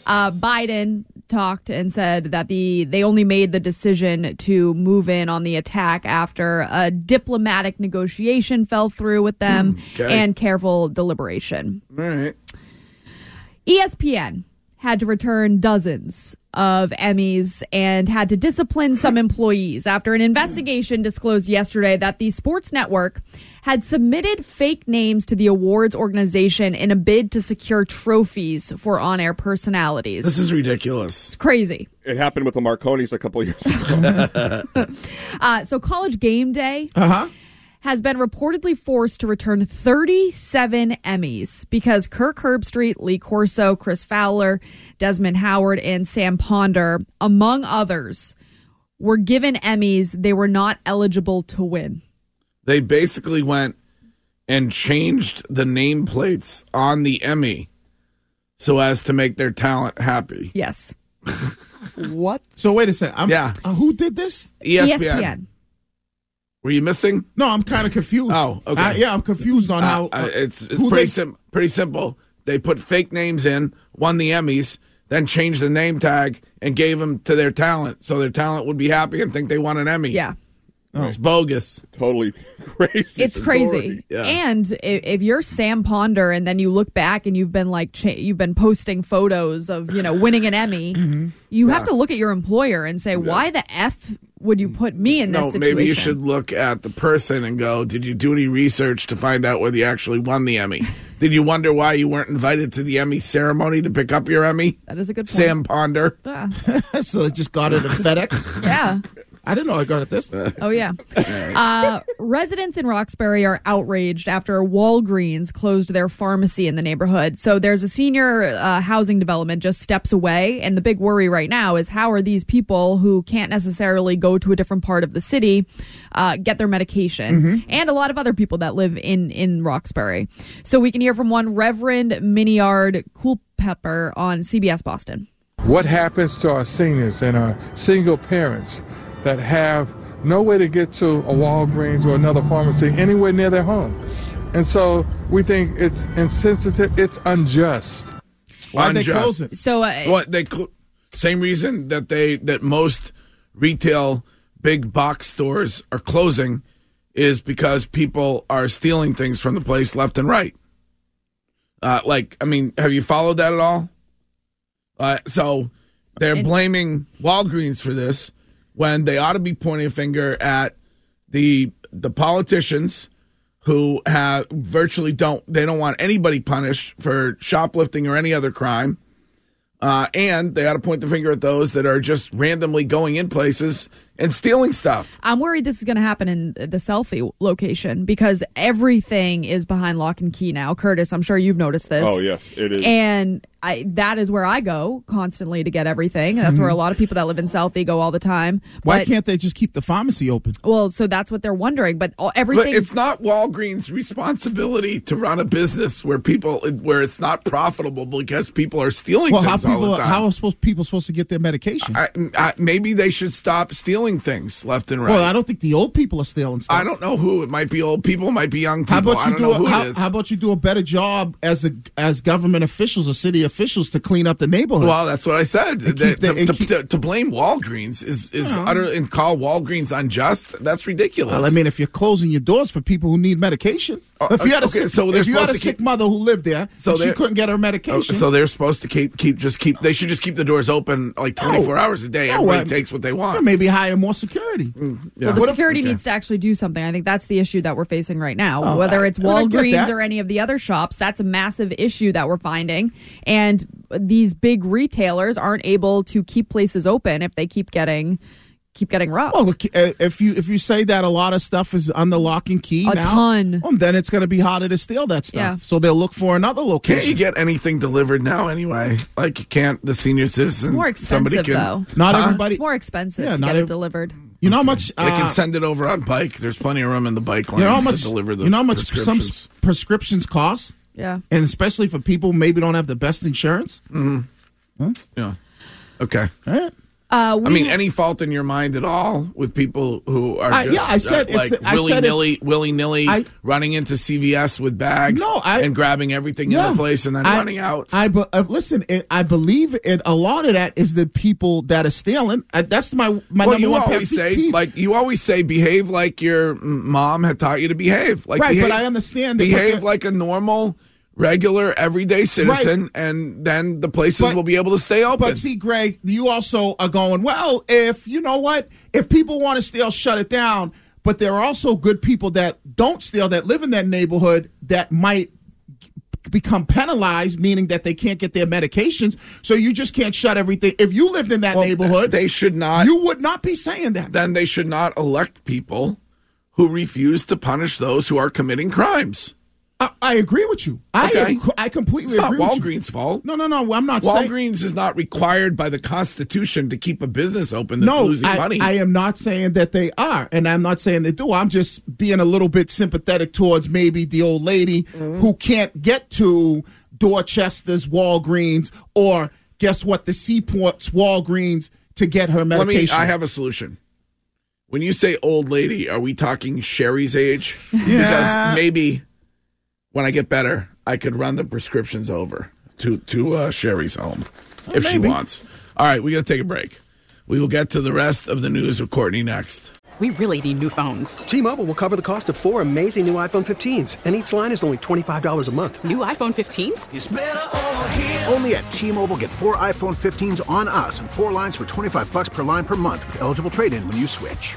S2: Uh, Biden talked and said that the they only made the decision to move in on the attack after a diplomatic negotiation fell through with them
S5: Hmm,
S3: Okay.
S2: and careful deliberation. E
S3: All right.
S2: ESPN had to return dozens of Emmys and had to discipline some employees after an investigation disclosed yesterday that the sports network had submitted fake names to the awards organization in a bid to secure trophies for on air personalities.
S5: This is
S3: ridiculous.
S2: It's crazy.
S5: It happened with the Marconis a couple years ago.
S2: Uh, so, College Game Day
S5: uh-huh.
S2: has been reportedly forced to return 37 Emmys because Kirk Herbstreit, Lee Corso, Chris Fowler, Desmond Howard, and Sam Ponder, among others, were given Emmys they were not eligible to win.
S3: They basically went and changed the nameplates on the Emmy so as to make their talent happy.
S2: Yes.
S11: What? So wait a second. I'm, yeah. who did this?
S3: ESPN. ESPN. Were you missing?
S11: No, I'm kind of confused.
S3: Oh, okay.
S11: I- yeah, I'm confused on
S3: Uh,
S11: how.
S3: uh, it's it's
S11: who
S3: pretty,
S11: they-
S3: sim- pretty simple. They put fake names in, won the Emmys, then changed the name tag and gave them to their talent, so their talent would be happy and think they won an Emmy.
S2: Yeah.
S11: Oh.
S3: it's bogus.
S5: Totally crazy.
S2: It's crazy. And i- if you're Sam Ponder and then you look back and you've been like cha- you've been posting photos of, you know, winning an Emmy, you have
S3: Mm-hmm. Yeah.
S2: to look at your employer and say, "Why the f would you put me in this
S3: no,
S2: situation?"
S3: maybe you should look at the person and go, did you do any research to find out whether you actually won the Emmy? did you wonder why you weren't invited to the Emmy ceremony to pick up your Emmy?
S2: That is a good point.
S3: Sam Ponder.
S2: Ah,
S11: so it just got it at FedEx.
S2: yeah.
S11: I didn't know I got it this.
S2: Oh yeah. Uh, residents in Roxbury are outraged after Walgreens closed their pharmacy in the neighborhood. So there's a senior uh, housing development just steps away, and the big worry right now is how are these people who can't necessarily go to a different part of the city uh, get their medication,
S19: Mhm.
S2: and a lot of other people that live in in Roxbury. So we can hear from one Reverend Miniard Culpepper on CBS Boston.
S20: What happens to our seniors and our single parents that have no way to get to a Walgreens or another pharmacy anywhere near their home? And so we think it's insensitive, it's unjust.
S3: Unjust.
S2: So uh,
S3: what they cl- same reason that they that most retail big box stores are closing is because people are stealing things from the place left and right. Uh, like, I mean, have you followed that at all? Uh, so they're blaming Walgreens for this when they ought to be pointing a finger at the the politicians who have virtually don't they don't want anybody punished for shoplifting or any other crime. Uh, and they ought to point the finger at those that are just randomly going in places and stealing stuff.
S2: I'm worried this is going to happen in the selfie location because everything is behind lock and key now. Curtis, I'm sure you've noticed this.
S5: Oh, yes, it is.
S2: And I, that is where I go constantly to get everything. That's where a lot of people that live in Southie go all the time.
S11: Why
S2: But-
S11: can't they just keep the pharmacy open?
S2: Well, so that's what they're wondering. But all, everything.
S3: But it's not Walgreens' responsibility to run a business where people where it's not profitable because people are stealing
S11: Well, how
S3: things all
S11: people
S3: the time.
S11: how are supposed people supposed to get their medication?
S3: I, I, maybe they should stop stealing things left and right.
S11: Well, I don't think the old people are stealing stuff.
S3: I don't know who. It might be old people. It might be young people.
S11: How about
S3: I
S11: you
S3: don't know
S11: do
S3: who
S11: a,
S3: it
S11: how,
S3: is.
S11: how about you do a better job as a as government officials or city officials to clean up the neighborhood?
S3: well, that's what I said.
S11: And
S3: That-
S11: keep the-
S3: to,
S11: and
S3: to-
S11: keep-
S3: to- to blame Walgreens is is
S11: Yeah.
S3: utter and call Walgreens unjust. That's ridiculous.
S11: Well, Uh, I mean, if you're closing your doors for people who need medication,
S3: Oh,
S11: if you had a
S3: okay,
S11: sick,
S3: so they're
S11: if you had a
S3: supposed to
S11: sick mother who lived there,
S3: So
S11: so she
S3: they're-
S11: couldn't get her
S3: Oh,
S11: medication.
S3: so they're supposed to keep keep just keep. They should just keep the doors open like
S11: No.
S3: twenty four hours a day.
S11: No,
S3: Everybody
S11: I-
S3: takes what they
S11: Yeah,
S3: want.
S11: maybe hire more security.
S3: Yeah.
S2: Well, the
S3: What if-
S2: security
S3: okay.
S2: needs to actually do something. I think that's the issue that we're facing right now.
S11: Oh,
S2: Whether
S11: I-
S2: it's
S11: I don't get
S2: Walgreens
S11: that.
S2: or any of the other shops, that's a massive issue that we're finding. And these big retailers aren't able to keep places open if they keep getting keep getting robbed.
S11: Well, look, uh, if you if you say that a lot of stuff is under lock and key,
S2: A
S11: now,
S2: ton.
S11: um, then it's going to be harder to steal that stuff.
S3: Yeah.
S11: So they'll look for another location.
S3: Can't you get anything delivered now anyway? Like you can't the senior citizens?
S2: it's more
S3: somebody
S2: expensive though.
S3: can,
S11: Not
S3: Huh?
S11: everybody.
S2: It's more expensive
S11: Yeah,
S2: to
S11: not
S2: get it
S11: ev-
S2: delivered.
S11: You know how much
S3: They can
S11: uh,
S3: send it over on bike. There's plenty of room in the bike lanes
S11: you know how
S3: to
S11: much
S3: deliver the
S11: you know how much some
S3: prescriptions.
S11: s- prescriptions cost,
S2: Yeah.
S11: and especially for people who maybe don't have the best insurance.
S3: Mhm. Yeah. Hmm? Okay.
S11: All right.
S2: Uh, we,
S3: I mean, any fault in your mind at all with people who are
S11: I-
S3: just
S11: yeah, I said
S3: uh,
S11: it's-
S3: like
S11: I said
S3: willy
S11: it's-
S3: nilly, willy nilly,
S11: I-
S3: running into CVS with bags
S11: No, I-
S3: and grabbing everything in the place and then
S11: I-
S3: running out.
S11: I be, uh, listen. It, I believe it. A lot of that is the people that are stealing. Uh, that's my my
S3: well,
S11: number
S3: you
S11: one pet
S3: always say
S11: peeve.
S3: like you always say behave like your mm, mom had taught you to behave. Like
S11: Right, but
S3: behave,
S11: I understand that-
S3: behave
S11: but-
S3: like a normal, regular, everyday citizen, and then the places will be able to stay open.
S11: But see, Greg, you also are going, well, if you know what, if people want to steal, shut it down. But there are also good people that don't steal, that live in that neighborhood that might become penalized, meaning that they can't get their medications. So you just can't shut everything. If you lived in that neighborhood,
S3: they should not.
S11: You would not be saying that.
S3: then they should not elect people who refuse to punish those who are committing crimes.
S11: I, I agree with you. I I completely
S3: it's not
S11: agree with you.
S3: Walgreens' fault.
S11: No, no, no. I'm not saying.
S3: Walgreens is not required by the Constitution to keep a business open that's losing
S11: I,
S3: money.
S11: I am not saying that they are, and I'm not saying they do. I'm just being a little bit sympathetic towards maybe the old lady
S3: Mm-hmm.
S11: who can't get to Dorchester's Walgreens or guess what, the Seaport's Walgreens to get her
S3: Let me.
S11: medication.
S3: I have a solution. When you say old lady, are we talking Sherry's age?
S11: Yeah.
S3: Because maybe when I get better, I could run the prescriptions over to to uh, Sherry's home if she
S19: maybe.
S3: wants. All right, we got to take a break. We will get to the rest of the news with Courtney next.
S7: We really need new phones. T-Mobile will cover the cost of four amazing new iPhone 15s, and each line is only $25 a month. New iPhone 15s?
S19: Only at T-Mobile, get four iPhone 15s on us and four lines for 25 bucks per line per month with eligible trade-in when you switch.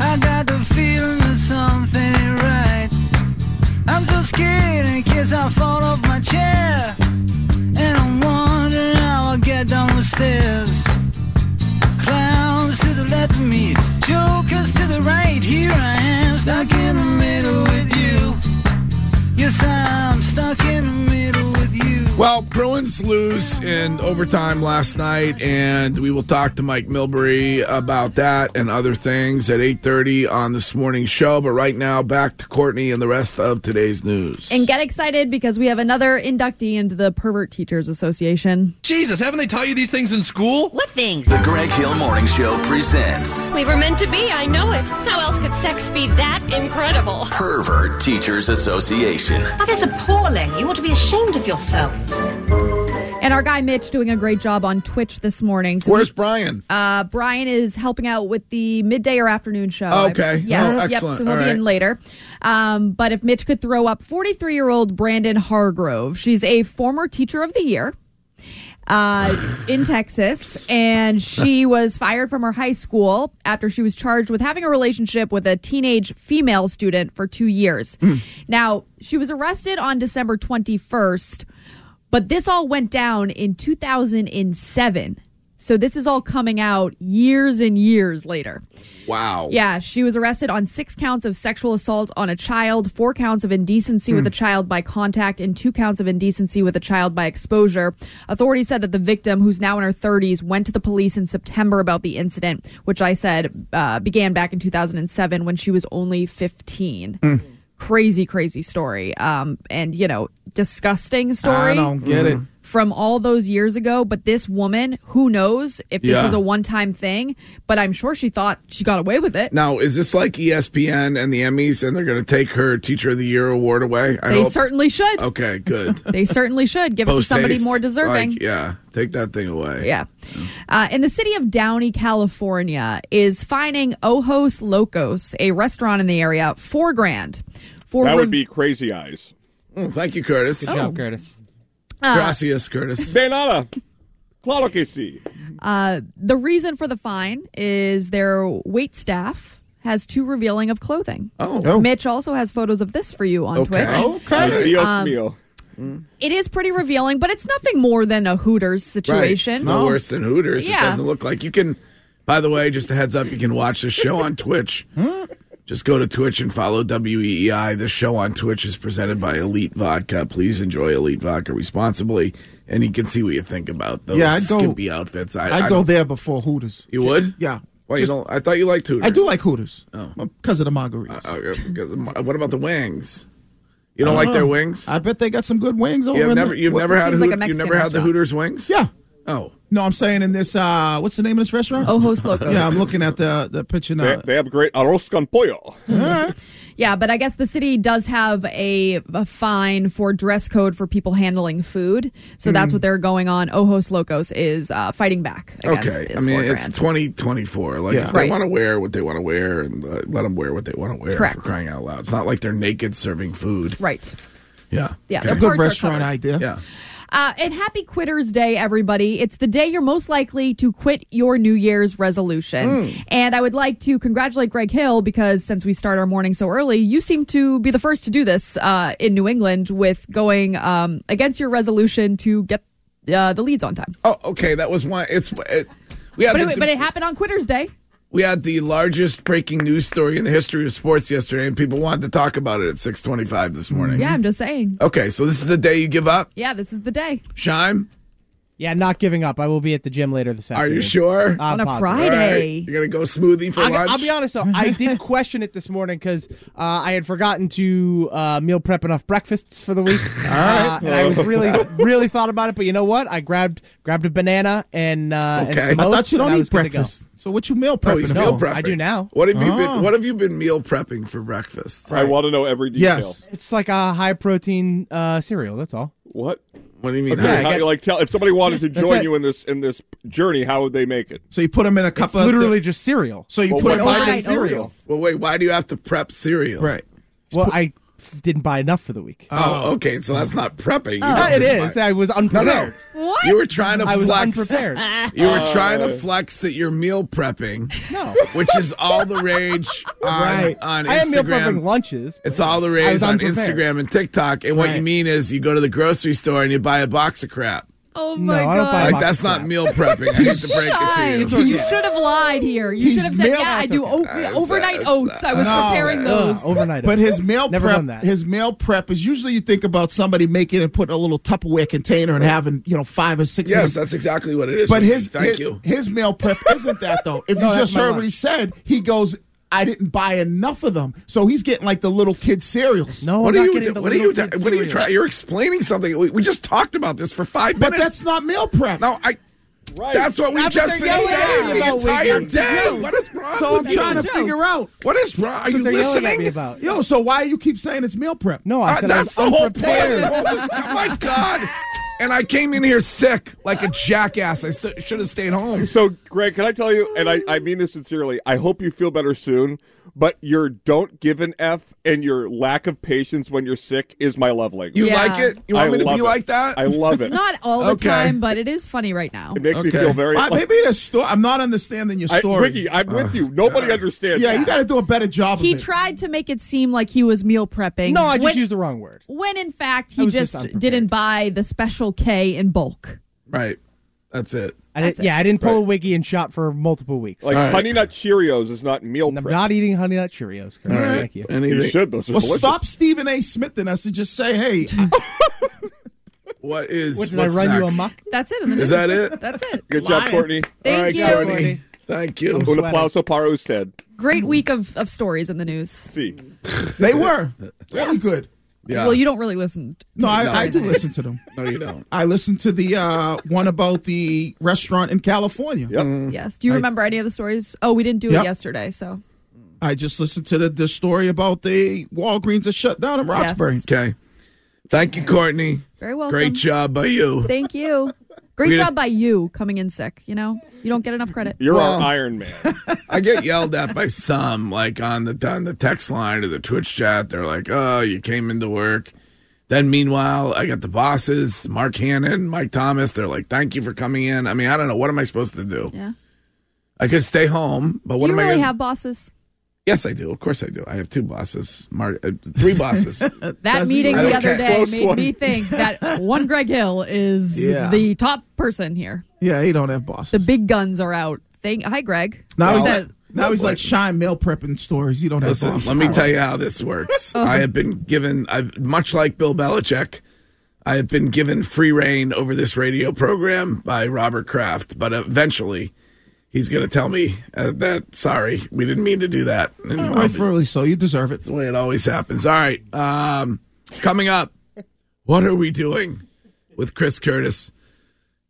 S21: I got the feeling that something ain't right. I'm so scared in case I fall off my chair. And I'm wondering how I'll get down the stairs. Clowns to the left of me, jokers to the right. Here I am, stuck in the middle with you. Yes, I'm stuck in the middle with you.
S3: Well, Bruins lose in overtime last night, and we will talk to Mike Milbury about that and other things at 8.30 on this morning's show. But right now, back to Courtney and the rest of today's news.
S2: and get excited because we have another inductee into the Pervert Teachers Association.
S6: Jesus, haven't they taught you these things in school?
S22: What things?
S6: The Greg Hill Morning Show presents
S22: We were meant to be, I know it. How else could sex be that incredible?
S6: Pervert Teachers Association.
S22: That is appalling. You ought to be ashamed of yourself.
S2: And our guy Mitch doing a great job on Twitch this morning. So
S3: Where's
S2: he-
S3: Brian?
S2: Uh, Brian is helping out with the midday or afternoon show. I-
S3: Okay.
S2: Yes.
S3: Oh,
S2: yep. So
S3: excellent.
S2: he'll
S3: All
S2: be
S3: right.
S2: in later. Um, but if Mitch could throw up 43 year old Brandon Hargrove, she's a former teacher of the year uh, in Texas, and she was fired from her high school after she was charged with having a relationship with a teenage female student for two years. Now, she was arrested on December 21st, but this all went down in 2007. So this is all coming out years and years later.
S3: Wow.
S2: Yeah, she was arrested on six counts of sexual assault on a child, four counts of indecency with a child by contact, and two counts of indecency with a child by exposure. Authorities said that the victim, who's now in her 30s, went to the police in September about the incident, which I said uh, began back in 2007 when she was only 15. Crazy, crazy story. Um, and, you know, disgusting story.
S11: I don't get it. Mhm.
S2: From all those years ago, but this woman, who knows if this
S3: Yeah.
S2: was a one time thing, but I'm sure she thought she got away with it.
S3: Now, is this like E ESPN and the Emmys, and they're going to take her Teacher of the Year award away? I
S2: they
S3: hope.
S2: certainly should.
S3: Okay, good.
S2: They certainly should give it to
S3: Post
S2: somebody
S3: haste.
S2: more deserving.
S3: Like, yeah, take that thing away.
S2: Yeah. Uh, and the city of Downey, California is fining Ojos Locos, a restaurant in the area, four grand. For
S5: that
S2: rev-
S5: would be crazy eyes.
S3: Mm, thank you, Curtis.
S5: Good job, Curtis.
S2: Uh,
S3: Gracias, Curtis.
S5: De nada. Claro que sí.
S2: Uh, the reason for the fine is their wait staff has too revealing of clothing.
S5: Oh.
S2: Mitch also has photos of this for you on
S7: Oh.
S2: Twitch.
S5: Adios
S2: Um,
S5: mio.
S2: It is pretty revealing, but it's nothing more than a Hooters situation.
S3: Right. It's no worse than Hooters.
S2: Yeah.
S3: It doesn't look like you can. By the way, just a heads up, you can watch this show on Twitch.
S2: Hmm?
S3: just go to Twitch and follow E WEEI. This show on Twitch is presented by Elite Vodka. Please enjoy Elite Vodka responsibly, and you can see what you think about those
S11: Yeah, I'd go-
S3: skimpy outfits.
S11: I, would
S3: I
S11: go
S3: don't-
S11: there before Hooters.
S3: You would?
S11: Yeah.
S3: Why
S11: Just-
S3: you don't? I thought you liked Hooters.
S11: I do like Hooters
S3: Oh.
S11: because of the margaritas.
S3: Uh, because of my- what about the wings? You don't like
S11: Oh.
S3: their wings?
S11: I bet they got some good wings over
S3: You've
S11: in
S3: never,
S11: the-
S3: you've
S11: what-
S3: never had, Hoot- you never had the Hooters wings?
S11: Yeah.
S3: Oh.
S11: No, I'm saying in this. uh What's the name of this restaurant?
S2: Ojos Oh, Locos.
S11: yeah, I'm looking at the the picture now.
S5: They, they have great arroz con pollo.
S2: Yeah, but I guess the city does have a, a fine for dress code for people handling food. So that's
S3: Mm.
S2: what they're going on. Ojos Locos is uh, fighting back against
S3: Okay,
S2: this
S3: I mean
S2: four
S3: it's
S2: grand.
S3: twenty twenty four. Like
S2: Yeah.
S3: if they
S2: Right.
S3: want to wear what they want to wear, and uh, let them wear what they want to wear.
S2: Correct.
S3: For crying out loud, it's not like they're naked serving food.
S2: Right.
S3: Yeah.
S2: Yeah,
S3: Okay.
S2: their A good parts are restaurant covered.
S11: idea.
S3: Yeah.
S2: Uh, and happy Quitters Day, everybody. It's the day you're most likely to quit your New Year's resolution.
S4: Mm.
S2: And I would like to congratulate Greg Hill because since we start our morning so early, you seem to be the first to do this uh, in New England with going um, against your resolution to get uh, the leads on time.
S3: Oh, okay. That was one. It's it, we had
S2: but,
S3: the,
S2: it, but it happened on Quitters Day.
S3: we had the largest breaking news story in the history of sports yesterday, and people wanted to talk about it at six twenty five this morning.
S2: Yeah, I'm just saying.
S3: Okay, so this is the day you give up,
S2: Yeah, this is the day.
S3: Shime.
S10: Yeah, not giving up. I will be at the gym later this
S3: Are
S10: afternoon.
S3: you sure?
S10: I'm positive.
S3: All right, You're gonna go smoothie for
S10: I,
S3: lunch.
S10: will be honest though, I did question it this morning because uh, I had forgotten to uh, meal prep enough breakfasts for the week. All
S3: right.
S10: and I was really, really thought about it. But you know what? I grabbed grabbed a banana and uh, and some
S11: I
S10: oats,
S11: thought you
S10: and
S11: don't
S10: I
S11: eat
S10: was good to go.
S11: breakfast. So what you meal
S3: Oh,
S11: prepping?
S3: he's
S11: for?
S3: meal prepping.
S10: I do now.
S3: What have you
S10: Oh.
S3: been? What have you been meal prepping for breakfast?
S10: I wanna
S5: know every
S10: It's like a high protein uh, cereal. That's all.
S5: What?
S3: What do you mean?
S5: Okay,
S10: Yeah, I
S5: how
S10: got-
S5: you like tell if somebody wanted to
S10: That's
S5: join
S10: it.
S5: you in this in this journey, how would they make it?
S11: So you put them in a cup
S10: It's literally just cereal.
S11: So you
S5: Well,
S11: put
S5: what
S11: them
S5: about
S11: in
S5: the cereal?
S3: Well, wait. Why do you have to prep cereal?
S11: Right.
S10: Well, I f- didn't buy enough for the week.
S3: Oh, okay. So that's not prepping. You
S10: Oh.
S3: just
S10: Yeah, it
S3: didn't
S10: is.
S3: buy
S10: I was unprepared. What?
S3: You were trying to
S10: I was
S3: flex.
S10: unprepared.
S3: You were trying to
S10: Uh.
S3: flex that you're meal prepping,
S10: No.
S3: which is all the rage on,
S10: Right.
S3: on Instagram.
S10: I am meal prepping lunches.
S3: It's all the
S10: I
S3: rage
S10: was
S3: on
S10: unprepared.
S3: Instagram and TikTok. And what you
S10: Right.
S3: mean is you go to the grocery store and you buy a box of crap.
S2: Oh
S10: my No, I don't God. buy a
S3: Like,
S10: box
S3: that's
S10: of
S3: not
S10: crap.
S3: meal prepping. I used to break it to you.
S2: You should have lied here. You should have said,
S11: meal-
S2: "Yeah, I do
S11: That's okay.
S2: o- overnight oats. I was preparing those."
S10: overnight.
S11: Uh, But his meal
S10: Never
S11: prep,
S10: done that.
S11: his meal prep is usually you think about somebody making and putting a little Tupperware container and having you know five or six.
S3: Yes,
S11: of them.
S3: that's exactly what it is.
S11: But
S3: Ricky.
S11: his
S3: thank
S11: his,
S3: you.
S11: his meal prep isn't that though. If
S10: No,
S11: you
S10: that's
S11: just
S10: my
S11: heard what
S10: lunch.
S11: he said, he goes, "I didn't buy enough of them," so he's getting like the little kid cereals. No,
S3: What are you? What are you? What are you trying? You're explaining something. We, we just talked about this for five minutes.
S11: But that's not meal prep.
S3: No, I. That's what we've
S11: That's
S3: just
S11: what
S3: been
S11: they're yelling
S3: saying
S11: at
S3: the
S11: about
S3: entire
S11: Wiggins.
S3: day.
S11: Yeah.
S3: What is wrong?
S11: So
S3: with
S11: I'm trying
S3: you?
S11: to figure out
S3: what is wrong. Are
S11: That's what
S3: you
S11: they're yelling at
S3: listening?
S11: me about. Yo, so why you keep saying it's meal prep? No,
S3: Uh, that's the whole point. of this whole dis-
S5: Hmm.
S3: oh my god! And I came in here sick, like a jackass. I should have stayed home.
S5: So, Greg, can I tell you? And I, I mean this sincerely. I hope you feel better soon. But your don't give an f and your lack of patience when you're sick is my love language.
S3: You Yeah. like it? You want
S5: I
S3: me to be
S5: love it.
S3: like that?
S5: I love it.
S2: Not all the
S5: Okay.
S2: time, but it is funny right now.
S5: It makes me feel very.
S11: Uh, maybe the story. I'm not understanding your
S5: I-
S11: story. Uh-huh.
S5: Ricky, I'm with
S3: Uh,
S5: you. Nobody understands.
S11: yeah,
S5: that.
S11: you got to do a better job.
S2: He
S11: of it.
S2: tried to make it seem like he was meal prepping.
S10: No, I just
S2: when,
S10: used the wrong word.
S2: when in fact
S10: I
S2: he
S10: was
S2: just,
S10: just unprepared.
S2: didn't buy the special K in bulk.
S3: Right. That's it.
S10: I didn't, yeah, I didn't pull a wiggy and shop for multiple weeks.
S5: Like Honey Nut Cheerios is not meal prep.
S10: I'm not eating Honey Nut Cheerios. Correct. Thank you.
S5: You should. Those are
S11: well,
S5: delicious.
S11: stop Stephen A. Smith and us and just say, hey, I-
S3: What is?
S11: What, did
S3: what's
S11: I run you
S3: next?
S11: amok?
S2: That's it. in the
S3: Is
S2: news.
S3: that it?
S2: That's it.
S5: Good job, Courtney.
S2: Thank
S3: All right,
S2: you.
S3: Courtney. Thank you.
S5: Un aplauso para usted.
S2: Great week of, of stories in the news. See.
S11: they were really good.
S2: Well, you don't really listen. To
S11: No, I, I do
S2: everything.
S11: listen to them.
S3: No, you don't.
S11: I listened to the uh, one about the restaurant in California.
S2: Mm. Yes. Do you
S11: I-
S2: remember any of the stories? Oh, we didn't do
S11: Yep.
S2: it yesterday, so
S11: I just listened to the, the story about the Walgreens that shut down in Roxbury.
S3: Okay. Thank you, Courtney.
S2: very welcome.
S3: Great job by you.
S2: Thank you. Great
S3: We-
S2: job by you coming in sick. You know, you don't get enough credit.
S3: Well,
S5: Iron Man.
S3: I get yelled at by some, like on the on the text line or the Twitch chat. They're like, "Oh, you came into work Then, meanwhile, I got the bosses, Mark Hannon, Mike Thomas. They're like, thank you for coming in. I mean, I don't know. What am I supposed to do?
S2: Yeah.
S3: I could stay home, but what
S2: do you
S3: am I
S2: really
S3: going to
S2: have bosses?
S3: Yes, I do. Of course, I do. I have two bosses, Mark, uh, three bosses.
S2: That meeting
S3: I
S2: the
S3: don't
S2: other
S3: care.
S2: day
S3: Close
S2: made
S3: one.
S2: me think that one Greg Hill is
S11: Yeah.
S2: the top person here.
S11: Yeah, he don't have bosses.
S2: The big guns are out. Thank hi Greg.
S11: Now
S2: He
S11: he's
S2: said-
S11: like, now he's like shine meal prepping stories. He don't have
S3: Listen,
S11: bosses.
S3: let me tell you how this works.
S11: Uh-huh.
S3: I have been given, I've much like Bill Belichick, I have been given free reign over this radio program by Robert Kraft. But eventually, he's going to tell me uh, that sorry, we didn't mean to do that. And
S11: All
S3: I'll
S11: right,
S3: be-
S11: rightfully so. You deserve it.
S3: That's the way it always happens. All right. Um, coming up, what are we doing with Chris Curtis?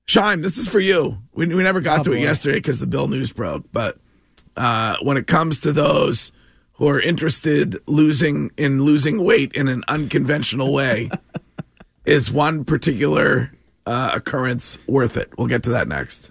S3: Shime, this is for you. We, we never got
S4: Oh,
S3: to it
S4: boy.
S3: yesterday because the Bill news broke. But uh, when it comes to those who are interested losing in losing weight in an unconventional way, is one particular uh, occurrence worth it? We'll get to that next.